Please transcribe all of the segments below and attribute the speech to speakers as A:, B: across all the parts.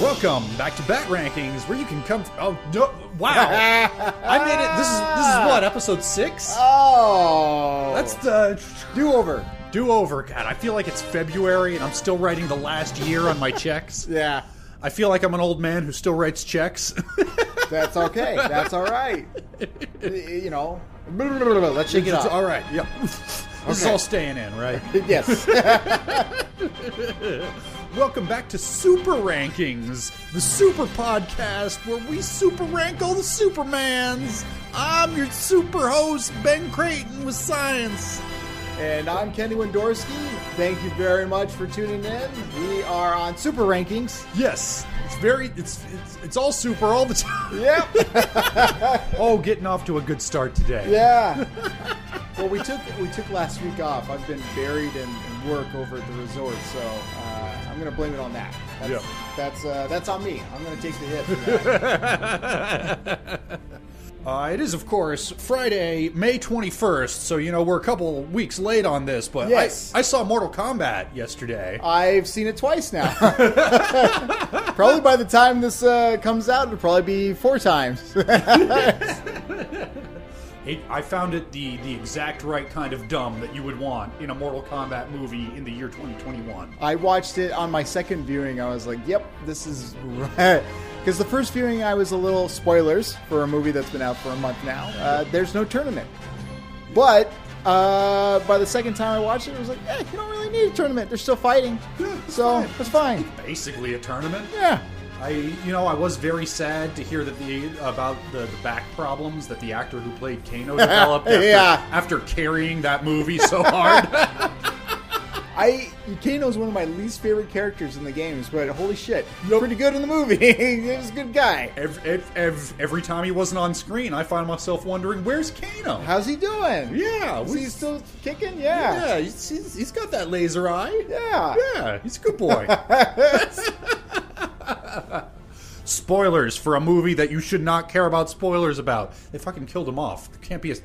A: Welcome back to Bat Rankings, where you can come. oh no! Wow! I made it. This is this is what episode six.
B: Oh,
A: That's the
B: do over.
A: do over. God, I feel like it's February and I'm still writing the last year on my checks.
B: Yeah,
A: I feel like I'm an old man who still writes checks.
B: that's okay. that's all right. You know, let's shake it off.
A: all right. Yep. This is
B: Okay.
A: all staying in, right?
B: Yes.
A: Welcome back to Super Rankings, the super podcast where we super rank all the Supermans. I'm your super host, Ben Creighton with science.
B: and I'm Kenny Wendorski. Thank you very much for tuning in. We are on Super Rankings.
A: Yes, it's very it's it's, it's all super all the time.
B: Yep.
A: Oh, getting off to a good start today.
B: yeah. Well, we took we took last week off. I've been buried in, in work over at the resort, so uh, I'm gonna blame it on that. That's
A: Yeah.
B: that's, uh, that's on me. I'm gonna take the hit. For that.
A: Uh, it is, of course, Friday, May 21st, so, you know, we're a couple weeks late on this, but I-
B: Yes.
A: I, saw Mortal Kombat yesterday.
B: I've seen it twice now. probably by the time this uh, comes out, it'll probably be four times.
A: It, I found it the, the exact right kind of dumb that you would want in a Mortal Kombat movie in the year 2021.
B: I watched it on my second viewing. I was like, "Yep, this is right." Because the first viewing, I was a little spoilers for a movie that's been out for a month now. Uh, there's no tournament, but uh, by the second time I watched it, I was like, "Eh, you don't really need a tournament. They're still fighting, so it's fine."
A: Basically, a tournament.
B: Yeah,
A: I, you know, I was very sad to hear that the about the, the back problems that the actor who played Kano developed after,
B: Yeah.
A: after carrying that movie so hard.
B: I Kano's one of my least favorite characters in the games, but holy shit, pretty good in the movie. he was a good guy.
A: every, ev ev- every time he wasn't on screen, I find myself wondering, "Where's Kano?"
B: How's he doing?
A: yeah,
B: Is
A: we-
B: he still kicking? Yeah.
A: yeah, he's, he's- he's got that laser eye.
B: Yeah.
A: Yeah, he's a good boy. spoilers for a movie that you should not care about spoilers about. They fucking killed him off. There can't be a.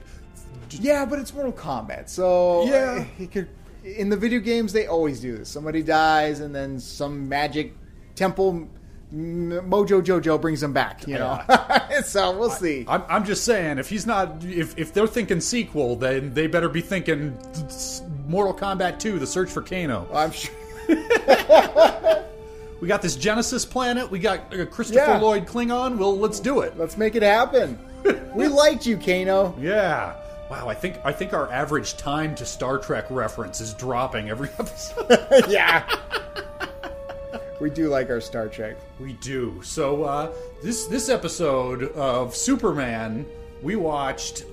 B: Yeah, but it's Mortal Kombat, so uh,
A: Yeah.
B: he could. In the video games, they always do this. Somebody dies, and then some magic temple m- mojo Jojo brings them back. You know, so we'll see.
A: I'm, I'm just saying, if he's not, if, if they're thinking sequel, then they better be thinking Mortal Kombat 2: The Search for Kano.
B: I'm sure.
A: We got this Genesis planet. We got uh, Christopher
B: Yeah.
A: Lloyd Klingon. Well, let's do it.
B: Let's make it happen. we liked you, Kano.
A: Yeah. Wow. I think I think our average time to Star Trek reference is dropping every episode.
B: yeah, we do like our Star Trek.
A: we do. So uh, this this episode of Superman, we watched.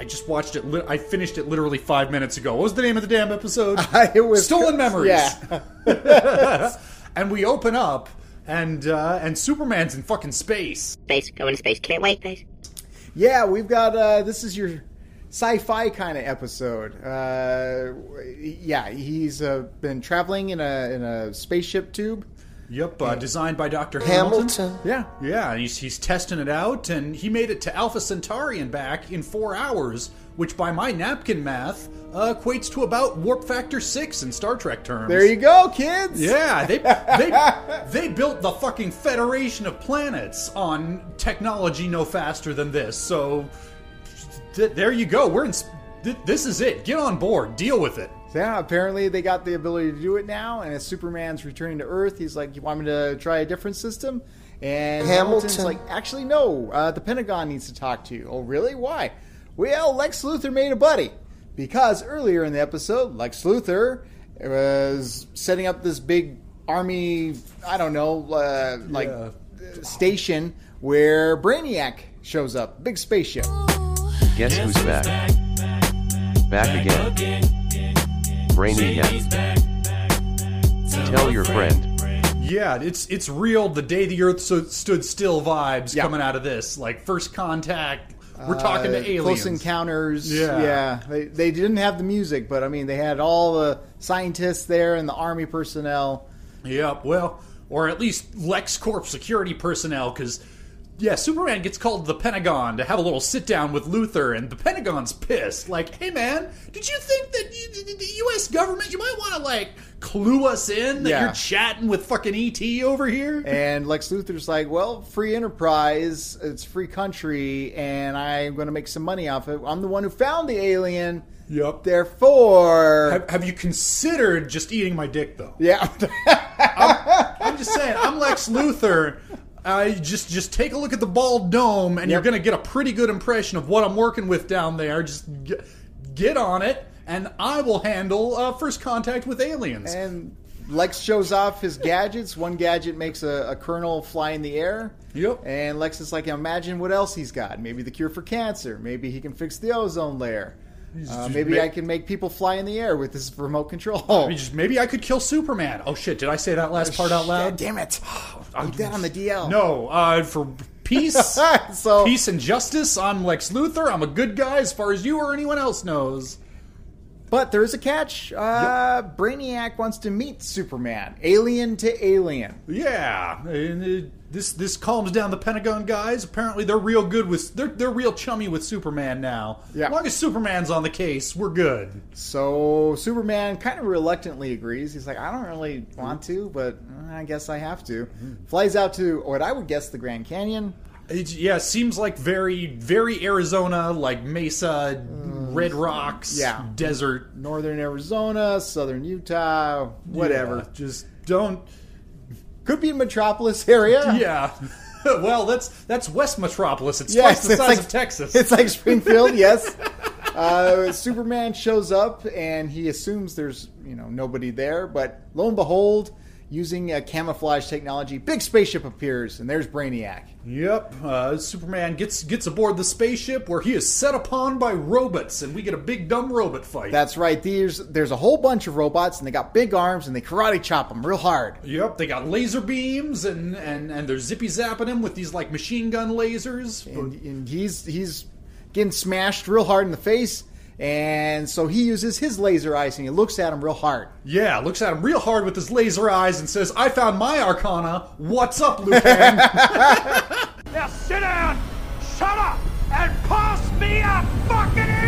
A: I just watched it. Li- I finished it literally five minutes ago. What was the name of the damn episode?
B: It was
A: Stolen Memories.
B: Yeah,
A: and we open up, and uh, and Superman's in fucking space.
C: Space, going to space. Can't wait, space.
B: yeah. We've got uh, this is your sci-fi kind of episode. Uh, yeah, he's uh, been traveling in a in a spaceship tube.
A: Yep. Uh, designed by Doctor
B: Yeah.
A: Yeah, he's, he's testing it out, and he made it to Alpha Centauri and back in four hours, which by my napkin math uh, equates to about warp factor six in Star Trek terms.
B: There you go, kids.
A: yeah, they, they they built the fucking Federation of Planets on technology no faster than this. So th- there you go. We're in. s- Th- this is it. Get on board. Deal with it.
B: Yeah, apparently they got the ability to do it now, and as Superman's returning to Earth, he's like, You want me to try a different system? And Hamilton's
D: Hamilton.
B: like, Actually, no, uh, the Pentagon needs to talk to you. Oh, really? Why? Well, Lex Luthor made a buddy. Because earlier in the episode, Lex Luthor was setting up this big army, I don't know, uh, like
A: Yeah.
B: uh, station where Brainiac shows up, big spaceship.
D: Guess who's back? Back again. Brainiac. Tell your friend.
A: Yeah, it's it's real. The day the Earth so, stood still vibes
B: Yeah.
A: coming out of this. Like first contact, we're talking
B: Uh,
A: to aliens.
B: Close Encounters.
A: Yeah.
B: Yeah, They, they didn't have the music, but I mean, they had all the scientists there and the army personnel.
A: Yep. Well, or at least LexCorp security personnel, because yeah, Superman gets called to the Pentagon to have a little sit down with Luther, and the Pentagon's pissed. Like, hey man, did you think that you, the- the U.S. government, you might want to like clue us in that
B: Yeah.
A: you're chatting with fucking ET over here?
B: And Lex Luthor's like, well, free enterprise, it's free country, and I'm going to make some money off it. I'm the one who found the alien.
A: Yep.
B: Therefore,
A: Have, have you considered just eating my dick though?
B: yeah,
A: I'm just saying, I'm Lex Luthor. I just just take a look at the bald dome, and you're
B: Yep.
A: going to get a pretty good impression of what I'm working with down there. Just g- get on it, and I will handle uh, first contact with aliens.
B: and Lex shows off his gadgets. One gadget makes a, a colonel fly in the air.
A: Yep.
B: And Lex is like, imagine what else he's got. Maybe the cure for cancer. Maybe he can fix the ozone layer. Uh,
A: just
B: maybe
A: ma-
B: I can make people fly in the air with this remote control.
A: I mean, just- maybe I could kill Superman. Oh shit! Did I say that last part out
B: God
A: loud?
B: damn it!
A: I'm
B: Keep that on the DL.
A: No, uh, for peace,
B: So-
A: peace and justice. I'm Lex Luthor. I'm a good guy as far as you or anyone else knows.
B: But there is a catch. Uh, Brainiac wants to meet Superman, alien to alien.
A: Yeah, and it, this this calms down the Pentagon guys. Apparently, they're real good with they're they're real chummy with Superman now.
B: Yeah.
A: as long as Superman's on the case, we're good.
B: So Superman kind of reluctantly agrees. He's like, I don't really want to, but uh, I guess I have to.
A: Mm-hmm.
B: Flies out to what I would guess the Grand Canyon.
A: It, yeah, seems like very very Arizona, like Mesa, Red Rocks,
B: Mm. yeah.
A: desert,
B: Northern Arizona, southern Utah, whatever.
A: Yeah, just don't.
B: Could be a metropolis area.
A: Yeah. well, that's that's West Metropolis. It's
B: Yes,
A: twice the
B: it's
A: size
B: like-
A: of Texas.
B: It's like Springfield, yes. Uh, Superman shows up and he assumes there's you know nobody there, but lo and behold, using uh, camouflage technology, big spaceship appears and there's Brainiac.
A: Yep, uh, Superman gets gets aboard the spaceship where he is set upon by robots, and we get a big dumb robot fight.
B: That's right. There's there's a whole bunch of robots and they got big arms and they karate chop them real hard.
A: Yep, they got laser beams and and and they're zippy zapping him with these like machine gun lasers.
B: And, and he's he's getting smashed real hard in the face, and so he uses his laser eyes and he looks at him real hard.
A: yeah, looks at him real hard with his laser eyes and says, "I found my Arcana. What's up, Lupin?"
E: Now sit down, shut up, and pass me a fucking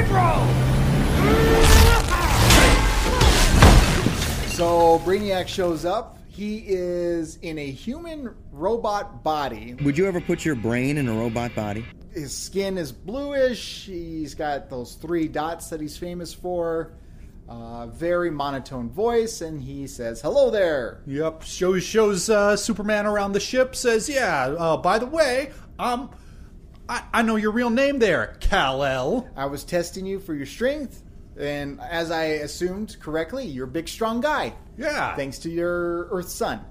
E: intro!
B: So Brainiac shows up. He is in a human robot body.
F: Would you ever put your brain in a robot body?
B: His skin is bluish. He's got those three dots that he's famous for. Uh, very monotone voice, and he says, "Hello there."
A: yep, shows shows uh, Superman around the ship. Says, "Yeah, uh, by the way, um, I, I know your real name there, Kal El."
B: I was testing you for your strength, and as I assumed correctly, you're a big, strong guy.
A: Yeah,
B: Thanks to your Earth sun.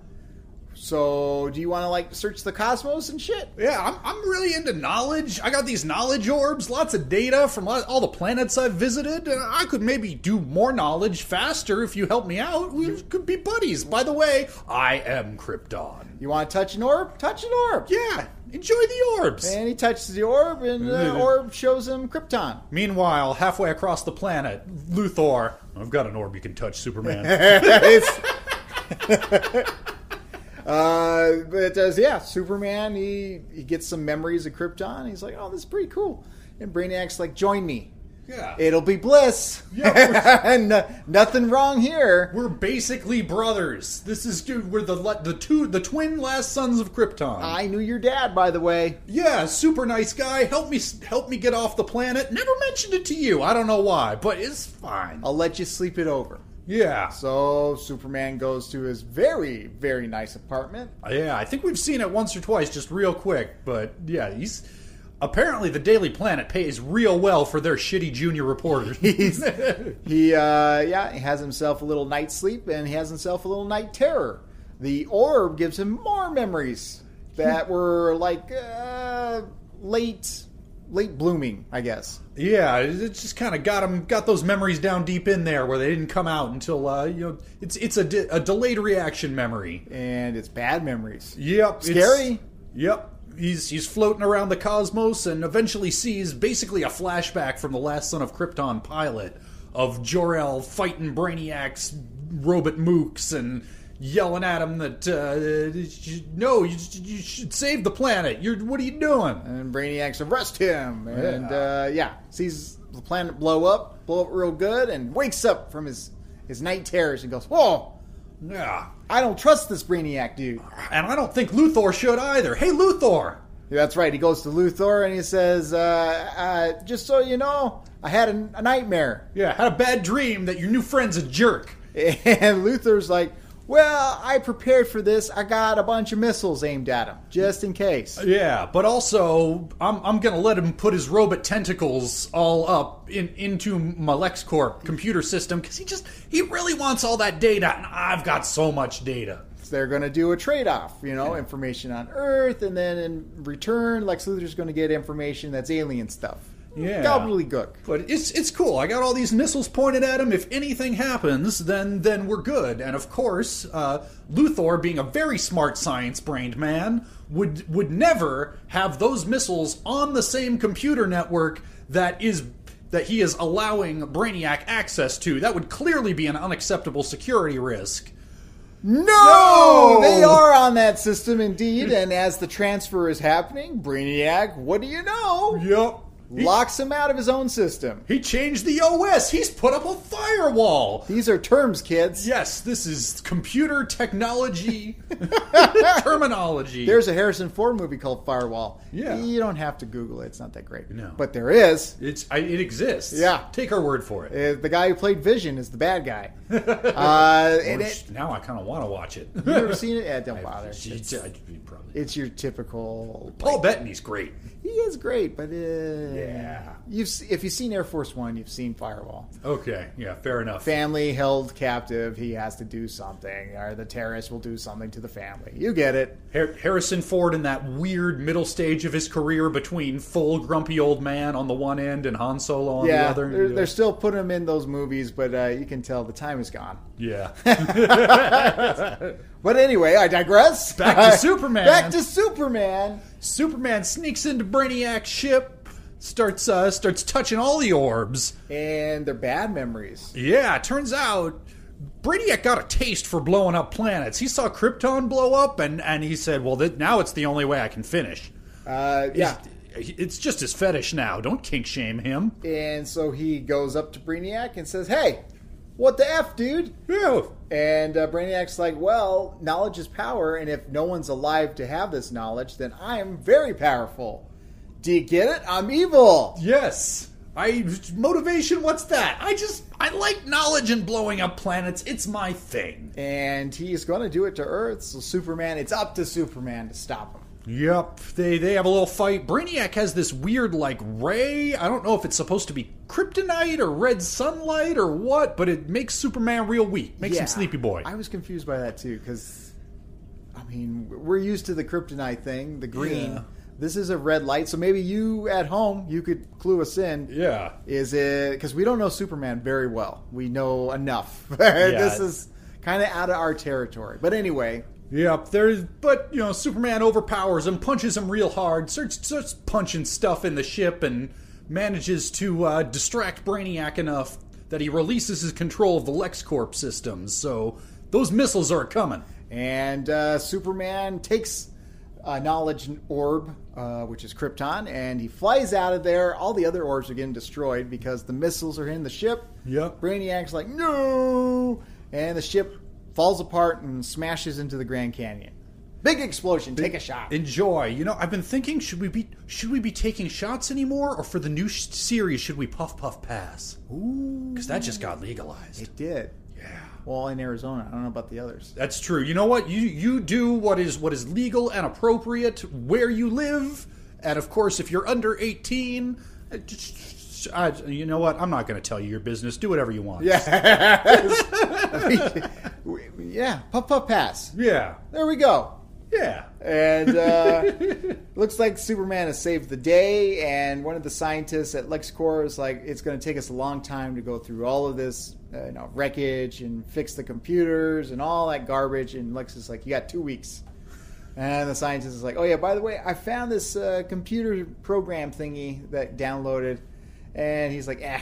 B: So, do you want to like search the cosmos and shit?
A: Yeah, I'm, I'm really into knowledge. I got these knowledge orbs, lots of data from lo- all the planets I've visited. and I could maybe do more knowledge faster if you help me out. We could be buddies. By the way, I am Krypton.
B: You want to touch an orb? Touch an orb.
A: Yeah, enjoy the orbs.
B: And he touches the orb, and the orb shows him Krypton.
A: Meanwhile, halfway across the planet, Luthor, I've got an orb you can touch, Superman.
B: Uh, but it does, yeah, Superman, he, he gets some memories of Krypton. He's like, oh, this is pretty cool. And Brainiac's like, join me.
A: yeah.
B: It'll be bliss.
A: Yeah,
B: and uh, nothing wrong here.
A: we're basically brothers. This is dude. We're the le- the two the twin last sons of Krypton.
B: I knew your dad, by the way.
A: Yeah, super nice guy. Help me, help me get off the planet. Never mentioned it to you. I don't know why, but it's fine.
B: I'll let you sleep it over.
A: Yeah,
B: So Superman goes to his very, very nice apartment.
A: yeah. I think we've seen it once or twice, just real quick. But yeah, he's apparently the Daily Planet pays real well for their shitty junior reporters.
B: He, uh, yeah, he has himself a little night sleep and he has himself a little night terror. The orb gives him more memories that were like uh, late, late blooming, I guess.
A: yeah, it just kind of got him, got those memories down deep in there where they didn't come out until uh, you know it's it's a, de- a delayed reaction memory.
B: And it's bad memories.
A: Yep. it's-
B: Scary.
A: Yep. He's he's floating around the cosmos and eventually sees basically a flashback from the last Son of Krypton pilot of Jor-El fighting Brainiacs, robot mooks, and yelling at him that uh, no, you, you should save the planet. You're what are you doing?
B: And Brainiac's arrest him, and uh, yeah, sees the planet blow up, blow up real good, and wakes up from his his night terrors and goes, "Whoa,
A: Yeah,
B: I don't trust this Brainiac dude."
A: and I don't think Luthor should either. Hey, Luthor.
B: Yeah, that's right. He goes to Luthor and he says, uh, uh, "Just so you know, I had a, a nightmare."
A: Yeah, had a bad dream that your new friend's a jerk.
B: And Luthor's like, "Well, I prepared for this. I got a bunch of missiles aimed at him just in case."
A: Yeah, but also I'm I'm gonna let him put his robot tentacles all up in into my LexCorp computer system because he just he really wants all that data, and I've got so much data.
B: they're going to do a trade-off, you know, information on Earth, and then in return, Lex Luthor's going to get information that's alien stuff.
A: Yeah.
B: gobbledygook.
A: But it's it's cool. I got all these missiles pointed at him. If anything happens, then then we're good. And of course, uh, Luthor, being a very smart science-brained man, would would never have those missiles on the same computer network that is that he is allowing Brainiac access to. That would clearly be an unacceptable security risk.
B: No!
A: No!
B: Oh, they are on that system indeed. And as the transfer is happening, Brainiac, what do you know?
A: Yep.
B: Locks him out of his own system.
A: He changed the OS. He's put up a firewall.
B: These are terms, kids.
A: Yes, this is computer technology terminology.
B: There's a Harrison Ford movie called Firewall.
A: Yeah.
B: you don't have to Google it; it's not that great.
A: No.
B: but there is.
A: It's I, it exists.
B: Yeah.
A: take our word for it.
B: Uh, the guy who played Vision is the bad guy. uh, and it,
A: Which now I kind of want to watch it.
B: you ever seen it? Yeah, don't bother.
A: It's- I- probably.
B: it's your typical.
A: Paul Bettany's great.
B: He is great, but uh,
A: Yeah.
B: You've s- if you've seen Air Force One, you've seen Firewall.
A: Okay, yeah, fair enough.
B: Family held captive. He has to do something, or the terrorist will do something to the family. You get it.
A: Har- Harrison Ford in that weird middle stage of his career between full grumpy old man on the one end and Han Solo on the
B: yeah,
A: other.
B: they're,
A: yeah.
B: they're still putting him in those movies, but uh, you can tell the time is gone.
A: yeah.
B: But anyway, I digress.
A: Back to Superman.
B: Back to Superman.
A: Superman sneaks into Brainiac's ship, starts uh, starts touching all the orbs.
B: And they're bad memories.
A: Yeah, turns out Brainiac got a taste for blowing up planets. He saw Krypton blow up, and, and he said, "Well, th- now it's the only way I can finish."
B: Uh, yeah.
A: It's just his fetish now. Don't kink shame him.
B: And so he goes up to Brainiac and says, Hey, what the F, dude?
A: Yeah.
B: And uh, Brainiac's like, well, knowledge is power, and if no one's alive to have this knowledge, then I am very powerful. Do you get it? I'm evil.
A: Yes. I motivation. What's that? I just I like knowledge and blowing up planets. It's my thing.
B: And he's going to do it to Earth, so Superman, it's up to Superman to stop him.
A: Yep. They they have a little fight. Brainiac has this weird like ray. I don't know if it's supposed to be kryptonite or red sunlight or what, but it makes Superman real weak. Makes
B: Yeah.
A: him sleepy boy.
B: I was confused by that, too, because, I mean, we're used to the kryptonite thing, the green.
A: Yeah.
B: This is a red light, so maybe you at home, you could clue us in.
A: yeah.
B: Is it because we don't know Superman very well? We know enough. this is kind of out of our territory. But anyway,
A: Yep, there's but you know Superman overpowers him, punches him real hard, starts, starts punching stuff in the ship, and manages to uh, distract Brainiac enough that he releases his control of the LexCorp systems. So those missiles are coming.
B: and uh, Superman takes a knowledge orb, uh, which is Krypton, and he flies out of there. All the other orbs are getting destroyed because the missiles are in the ship.
A: Yep.
B: Brainiac's like no, and the ship falls apart and smashes into the Grand Canyon. Big explosion. Take a shot.
A: Enjoy. You know, I've been thinking, should we be should we be taking shots anymore, or for the new sh- series, should we puff puff pass? Ooh, because that just got legalized.
B: it did.
A: yeah.
B: Well, in Arizona, I don't know about the others.
A: That's true. You know what? You you do what is what is legal and appropriate where you live, and of course, if you're under eighteen, uh, just- I, you know what? I'm not going to tell you your business. Do whatever you want.
B: yeah, puff puff pass.
A: yeah,
B: There we go.
A: yeah.
B: And uh, looks like Superman has saved the day. And one of the scientists at LexCorp is like, it's going to take us a long time to go through all of this, uh, you know, wreckage and fix the computers and all that garbage. And Lex is like, you got two weeks. And the scientist is like, oh yeah, by the way, I found this uh, computer program thingy that downloaded. And he's like, ah,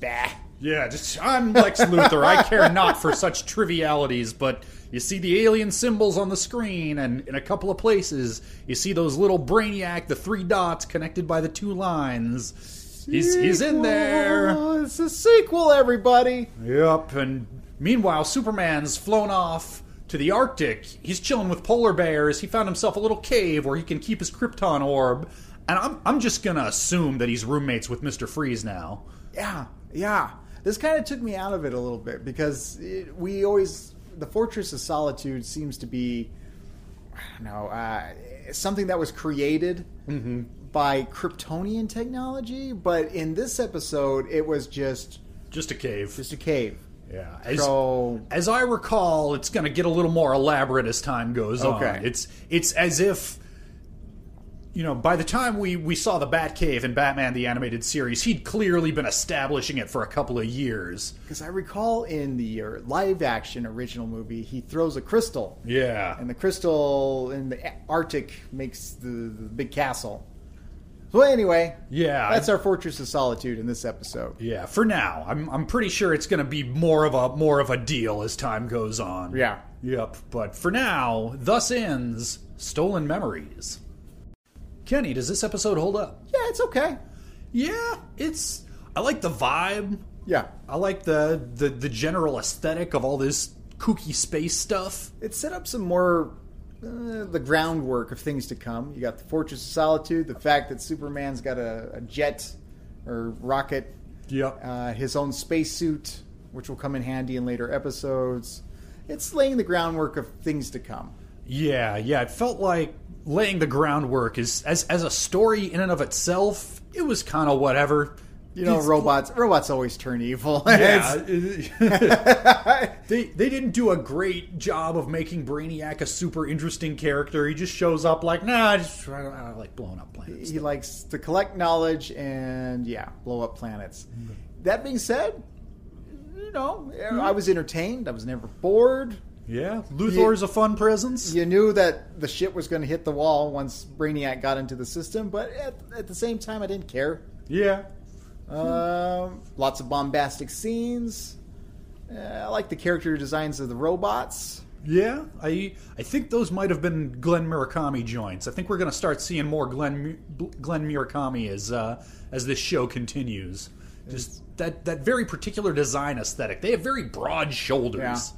B: bah.
A: Yeah, just I'm Lex Luthor. I care not for such trivialities, but you see the alien symbols on the screen, and in a couple of places, you see those little brainiac, the three dots connected by the two lines. He's he's in there.
B: Sequel. It's a sequel, everybody.
A: Yep. And meanwhile, Superman's flown off to the Arctic. He's chilling with polar bears. He found himself a little cave where he can keep his Krypton orb. And I'm I'm just gonna assume that he's roommates with Mister Freeze now.
B: Yeah, yeah. This kind of took me out of it a little bit because it, we always the Fortress of Solitude seems to be, I don't know, uh, something that was created
A: Mm-hmm.
B: by Kryptonian technology, but in this episode, it was just
A: Just a cave.
B: just a cave.
A: yeah. As-
B: So
A: as I recall, it's going to get a little more elaborate as time goes
B: Okay.
A: on. It's it's as if you know, by the time we we saw the Batcave in Batman the animated series, he'd clearly been establishing it for a couple of years.
B: because I recall in the uh, live action original movie, he throws a crystal,
A: Yeah.
B: and the crystal in the Arctic makes the, the big castle. So anyway,
A: Yeah.
B: that's our Fortress of Solitude in this episode.
A: yeah, for now. I'm I'm pretty sure it's going to be more of a more of a deal as time goes on.
B: Yeah.
A: Yep, but for now, thus ends Stolen Memories. Kenny, does this episode hold up?
B: Yeah, it's okay.
A: Yeah, it's I like the vibe.
B: Yeah.
A: I like the, the the general aesthetic of all this kooky space stuff.
B: It set up some more uh, the groundwork of things to come. You got the Fortress of Solitude, the fact that Superman's got a, a jet or rocket,
A: Yep.
B: uh, his own spacesuit, which will come in handy in later episodes. It's laying the groundwork of things to come.
A: yeah, yeah. It felt like laying the groundwork is as as a story in and of itself. It was kind of whatever.
B: You know,
A: It's-
B: robots robots always turn evil.
A: Yeah,
B: It's-
A: they they didn't do a great job of making Brainiac a super interesting character. He just shows up like, nah, I just I, don't- I don't like blowing up planets.
B: he likes to collect knowledge and yeah, blow up planets.
A: Mm-hmm.
B: That being said, you know, I was entertained. I was never bored.
A: Yeah, Luthor's a fun presence.
B: you knew that the shit was going to hit the wall once Brainiac got into the system, but at, at the same time, I didn't care.
A: yeah.
B: Um, lots of bombastic scenes. Uh, I like the character designs of the robots.
A: Yeah, I I think those might have been Glenn Murakami joints. I think we're going to start seeing more Glenn Mu- Glenn Murakami as uh, as this show continues. Just that that very particular design aesthetic. They have very broad shoulders.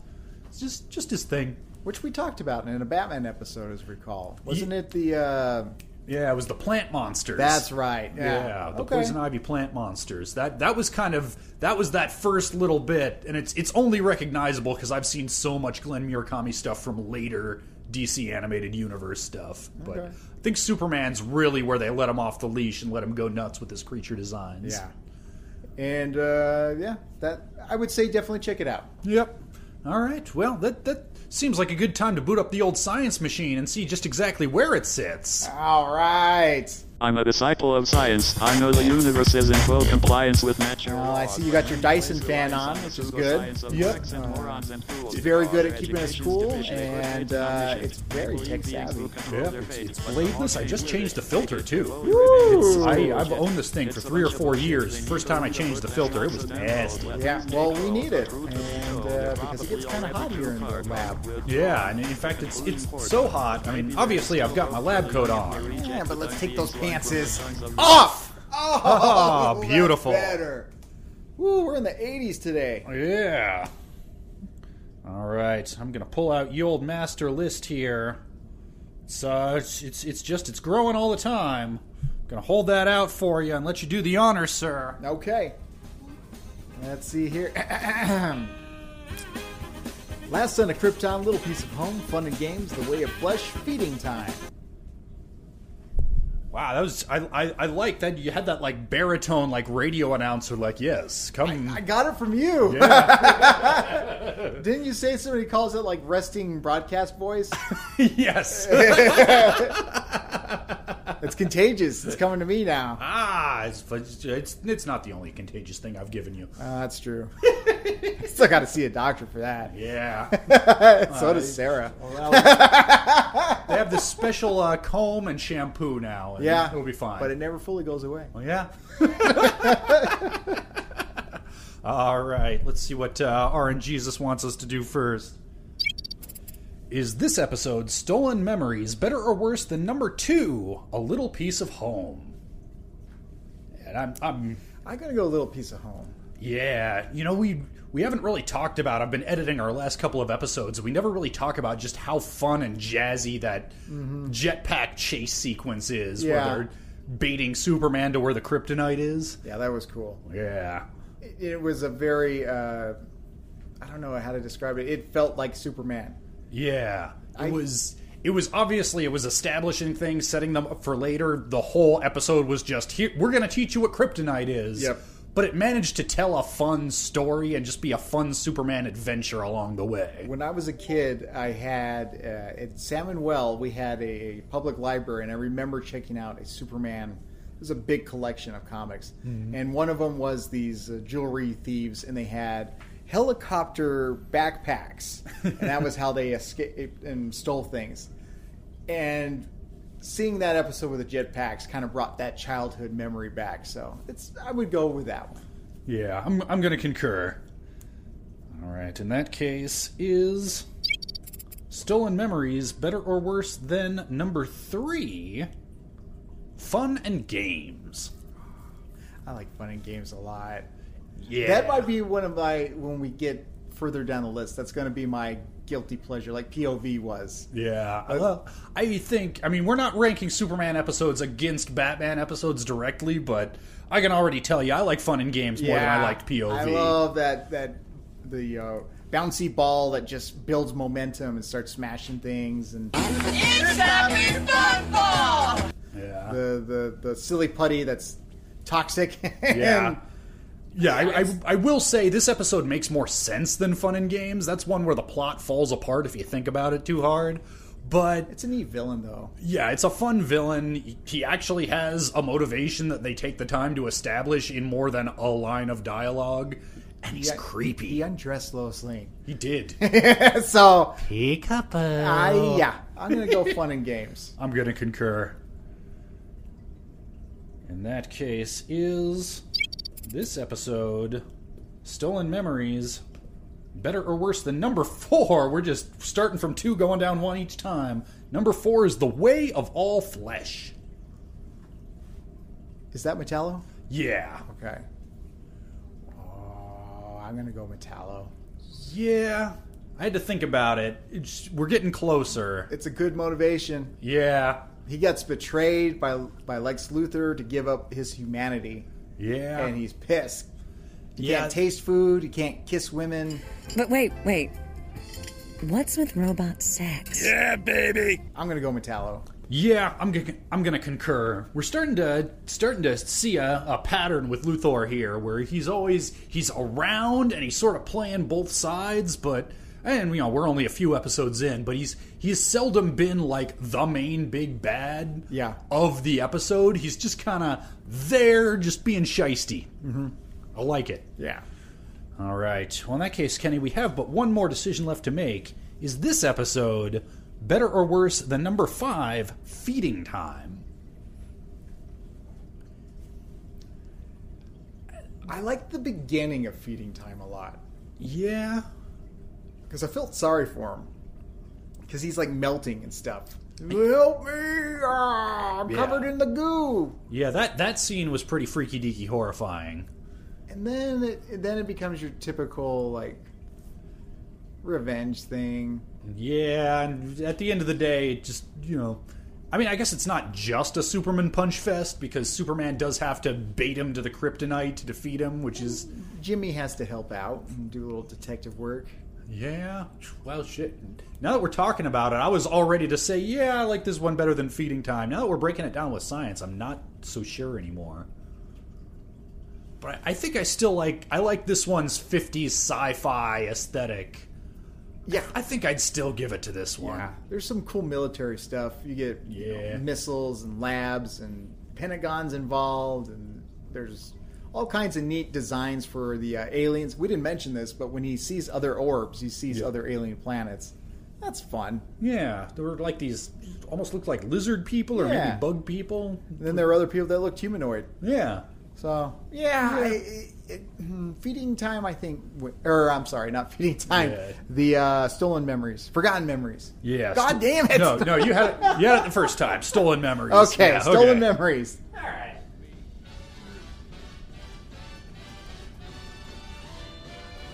A: It's just just his thing.
B: Which we talked about in a Batman episode, as we recall. Wasn't it the. Uh,
A: Yeah, it was the plant monsters.
B: that's right. Yeah.
A: Yeah, the
B: Okay.
A: poison ivy plant monsters. That that was kind of that was that first little bit, and it's it's only recognizable because I've seen so much Glenn Murakami stuff from later DC animated universe stuff. But
B: Okay.
A: I think Superman's really where they let him off the leash and let him go nuts with his creature designs.
B: Yeah. And uh, yeah, that I would say definitely check it out.
A: Yep. All right. Well, that that seems like a good time to boot up the old science machine and see just exactly where it sits.
B: All right.
G: I'm a disciple of science. I know the universe is in full compliance with natural
B: Well,
G: laws.
B: Oh, I see you got your Dyson fan on, which is good.
A: Yep.
G: It's
B: It's very good at keeping us cool, and uh, it's very tech savvy.
A: Yeah, it's, it's bladeless. I just changed the filter too.
B: It's-
A: I, I've owned this thing for three or four years. First time I changed the filter, it was nasty.
B: Yeah, well, we need it, and uh, because it gets kind of hot here in the lab.
A: Yeah, and in fact, it's it's so hot. I mean, obviously, I've got my lab coat on.
B: Yeah, but let's take those pantses off. Oh,
A: Ah,
B: that's
A: beautiful.
B: Better. Woo, we're in the '80s today.
A: Yeah. All right, I'm gonna pull out ye old master list here. It's uh, it's it's, it's just it's growing all the time. I'm gonna hold that out for you and let you do the honor, sir.
B: Okay. Let's see here. Last son of Krypton, little piece of home, fun and games, the way of flesh, feeding time.
A: Wow, that was I I, I like that you had that like baritone like radio announcer like yes come
B: I got it from you.
A: Yeah.
B: Didn't you say somebody calls it like resting broadcast voice?
A: yes.
B: It's contagious. It's coming to me now.
A: Ah, it's, it's it's not the only contagious thing I've given you.
B: Uh, that's true. Still got to see a doctor for that.
A: Yeah,
B: so does Sarah.
A: they have this special uh, comb and shampoo now. And
B: yeah,
A: it'll be fine.
B: But it never fully goes away.
A: Well, yeah. All right, let's see what uh, RNGesus wants us to do first. Is this episode Stolen Memories better or worse than number two, A Little Piece of Home? And I'm, I'm
B: I'm gonna go a little piece of home.
A: yeah, you know we we haven't really talked about. I've been editing our last couple of episodes. We never really talk about just how fun and jazzy that jetpack chase sequence is,
B: Mm-hmm. Yeah.
A: where they're baiting Superman to where the kryptonite is.
B: Yeah, that was cool.
A: Yeah,
B: It, it was a very uh, I don't know how to describe it. It felt like Superman.
A: Yeah, it
B: I-
A: was. It was obviously it was establishing things, setting them up for later. The whole episode was just here. We're going to teach you what kryptonite is.
B: Yep.
A: But it managed to tell a fun story and just be a fun Superman adventure along the way.
B: When I was a kid, I had uh, at Salmon Well we had a, a public library, and I remember checking out a Superman. It was a big collection of comics, and one of them was these uh, jewelry thieves, and they had helicopter backpacks, and that was how they escaped and stole things. And seeing that episode with the jetpacks kind of brought that childhood memory back. So it's I would go with that one.
A: Yeah, I'm, I'm going to concur. All right, in that case, is Stolen Memories better or worse than number three? Fun and Games.
B: I like fun and games a lot.
A: Yeah.
B: That might be one of my when we get further down the list. That's going to be my guilty pleasure, like POV was.
A: Yeah, I, love, I think. I mean, we're not ranking Superman episodes against Batman episodes directly, but I can already tell you, I like fun and games more than I liked POV.
B: I love that that the uh, bouncy ball that just builds momentum and starts smashing things, and
A: yeah,
B: the the, the silly putty that's toxic.
A: yeah,
B: and
A: yeah. I, I, I will say this episode makes more sense than fun and games. That's one where the plot falls apart if you think about it too hard. But
B: it's a neat villain though.
A: Yeah, it's a fun villain. He actually has a motivation that they take the time to establish in more than a line of dialogue, and he's
B: Yeah,
A: creepy.
B: He undressed Lois Lane,
A: he did.
B: so
A: Pick up
B: I yeah, I'm gonna go fun and games.
A: I'm going to concur. In that case, is this episode Stolen Memories better or worse than number four? We're just starting from two, going down one each time. Number four is The Way of All Flesh.
B: Is that Metallo?
A: Yeah.
B: Okay. Oh, I'm gonna go Metallo.
A: Yeah. I had to think about it. It's, we're getting closer.
B: It's a good motivation.
A: Yeah.
B: He gets betrayed by by Lex Luthor to give up his humanity,
A: Yeah.
B: and he's pissed. He
A: Yeah.
B: can't taste food. He can't kiss women.
H: But wait, wait. What's with robot sex?
B: I'm gonna go Metallo.
A: Yeah, I'm gonna, I'm gonna concur. We're starting to starting to see a, a pattern with Luthor here, where he's always he's around and he's sort of playing both sides, but and you know we're only a few episodes in, but he's he's seldom been like the main big bad
B: Yeah.
A: of the episode. He's just kind of there, just being shisty. Mm-hmm. I like it.
B: Yeah.
A: All right. Well, in that case, Kenny, we have but one more decision left to make. Is this episode better or worse than number five, Feeding Time?
B: I like the beginning of feeding time a lot
A: Yeah.
B: because I felt sorry for him because he's like melting and stuff. Help me! Ah, I'm
A: Yeah.
B: covered in the goo.
A: Yeah, that, that scene was pretty freaky deaky horrifying.
B: and then it then it becomes your typical like revenge thing.
A: Yeah, and at the end of the day, it just, you know. I mean, I guess it's not just a Superman punch fest because Superman does have to bait him to the kryptonite to defeat him, which is.
B: Jimmy has to help out and do a little detective work.
A: Yeah. Well, shit. Now that we're talking about it, I was all ready to say, yeah, I like this one better than Feeding Time. Now that we're breaking it down with science, I'm not so sure anymore. But I I think I still like I like this one's 50s sci-fi aesthetic.
B: Yeah.
A: I think I'd still give it to this one.
B: There's some cool military stuff. You get you know,
A: Yeah.
B: missiles and labs and pentagons involved, and there's all kinds of neat designs for the uh, aliens. We didn't mention this, but when he sees other orbs, he sees
A: Yeah.
B: other alien planets. That's fun.
A: Yeah, there were like these almost looked like lizard people or
B: Yeah.
A: maybe bug people.
B: And then there are other people that looked humanoid.
A: Yeah.
B: So yeah, I, it- hmm, feeding time. I think, w- or I'm sorry, not feeding time.
A: Yeah.
B: The uh, stolen memories, forgotten memories.
A: Yeah.
B: God
A: sto-
B: damn it.
A: No, no, you had it, you had it the first time. Stolen memories.
B: Okay,
A: Yeah,
B: stolen
A: okay.
B: memories.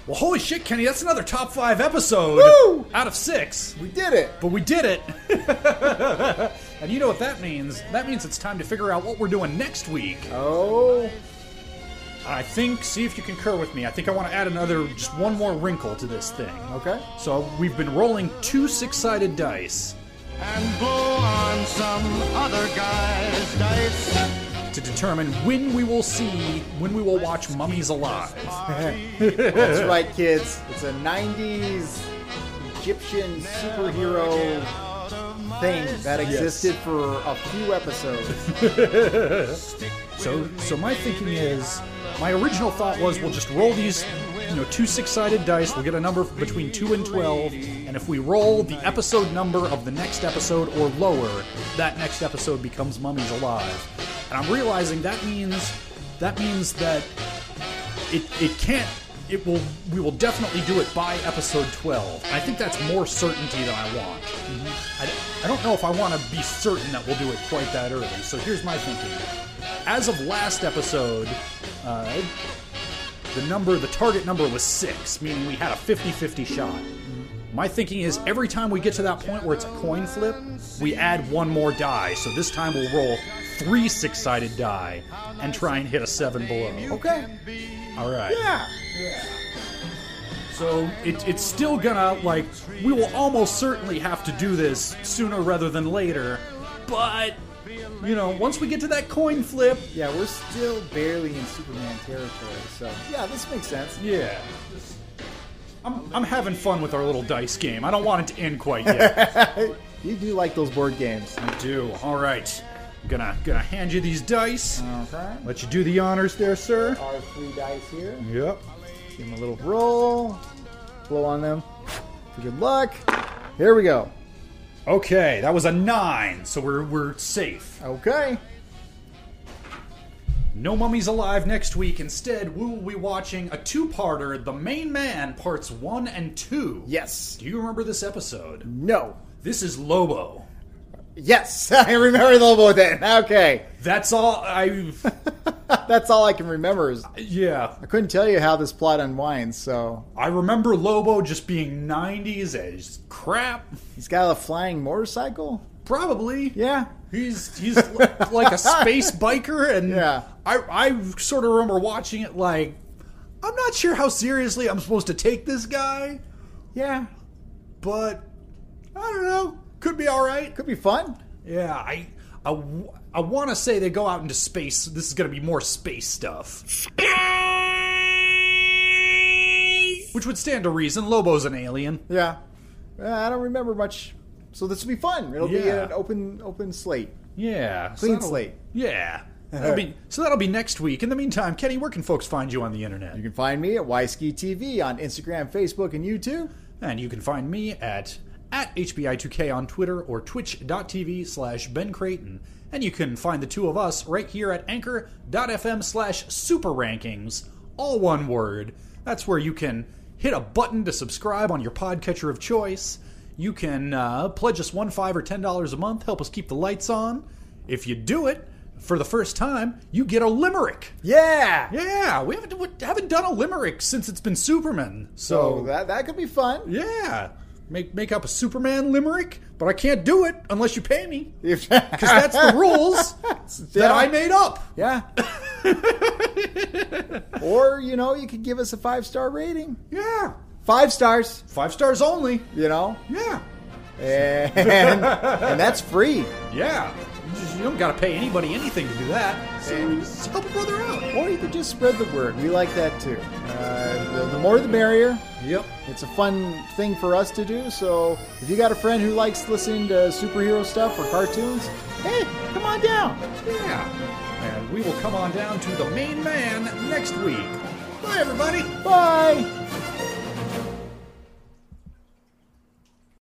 A: Well, holy shit, Kenny, that's another top five episode
B: Woo!
A: out of six.
B: We did it.
A: But we did it. and you know what that means? That means it's time to figure out what we're doing next week.
B: Oh,
A: I think, see if you concur with me, I think I want to add another, just one more wrinkle to this thing.
B: okay.
A: So we've been rolling two six sided dice
I: and blow on some other guy's dice.
A: to determine when we will see, when we will watch Mummies Alive.
B: That's right, kids. It's a '90s Egyptian superhero thing that existed for a few episodes.
A: So, so my thinking is, my original thought was we'll just roll these, you know, two six-sided dice. We'll get a number between two and twelve, and if we roll the episode number of the next episode or lower, that next episode becomes Mummies Alive. And I'm realizing that means that means that it it can't. It will. We will definitely do it by episode twelve. I think that's more certainty than I want. I, I don't know if I want to be certain that we'll do it quite that early. So here's my thinking. As of last episode, uh, the number, the target number was six, meaning we had a 50 50 shot. My thinking is every time we get to that point where it's a coin flip, we add one more die. So this time we'll roll three six sided die and try and hit a seven below.
B: Okay.
A: All right.
B: Yeah.
A: So it, it's still gonna like we will almost certainly have to do this sooner rather than later, but you know once we get to that coin flip,
B: Yeah, we're still barely in Superman territory, so yeah, this makes sense.
A: yeah. I'm, I'm having fun with our little dice game. I don't want it to end quite yet.
B: You do like those board games.
A: I do. All right, gonna gonna hand you these dice.
B: Okay.
A: Let you do the honors there, sir.
B: Our three dice here.
A: Yep.
B: Give them a little roll. Blow on them. For good luck. Here we go.
A: Okay, that was a nine, so we're we're safe.
B: Okay.
A: No Mummies Alive next week. Instead, we will be watching a two-parter, The Main Man, parts one and two.
B: Yes.
A: Do you remember this episode?
B: No.
A: This is Lobo.
B: Yes. I remember the Lobo then. Okay.
A: That's all I.
B: That's all I can remember is I
A: Yeah.
B: couldn't tell you how this plot unwinds, so
A: I remember Lobo just being 90s as crap.
B: he's got a flying motorcycle?
A: Probably.
B: Yeah.
A: He's he's li- like a space biker, and
B: Yeah.
A: I I sort of remember watching it like I'm not sure how seriously I'm supposed to take this guy,
B: Yeah.
A: but I don't know. Could be all right.
B: Could be fun.
A: Yeah, I I, want to say they go out into space. This is going to be more space stuff, which would stand to reason. Lobo's an alien.
B: Yeah. Uh, I don't remember much. So this will be fun. It'll be
A: Yeah.
B: an open open slate.
A: Yeah, so
B: Clean
A: that'll-
B: slate.
A: Yeah. That'll be, so that'll be next week. In the meantime, Kenny, where can folks find you on the internet?
B: You can find me at Yski TV on Instagram, Facebook, and YouTube.
A: And you can find me at at HBI2K on Twitter or twitch.tv slash Ben Creighton. And you can find the two of us right here at anchor.fm slash super rankings, all one word. That's where you can hit a button to subscribe on your podcatcher of choice. You can uh, pledge us one, five, or ten dollars a month, help us keep the lights on. If you do it for the first time, you get a limerick.
B: Yeah.
A: Yeah, we haven't we haven't done a limerick since it's been Superman.
B: So that that could be fun.
A: Yeah. Make make up a Superman limerick, but I can't do it unless you pay me.
B: If
A: Because that's the rules that I made up.
B: Yeah. or you know, you could give us a five star rating.
A: Yeah.
B: Five stars.
A: Five stars only.
B: You know,
A: Yeah.
B: and, and that's free.
A: Yeah. You, just- you don't gotta pay anybody anything to do that. So just help a brother out.
B: Or you could just spread the word. We like that too. Uh, the, the more the merrier.
A: Yep.
B: It's a fun thing for us to do. So if you got a friend who likes listening to superhero stuff or cartoons, hey, come on down.
A: Yeah. And we will come on down to the main man next week. Bye everybody.
B: Bye.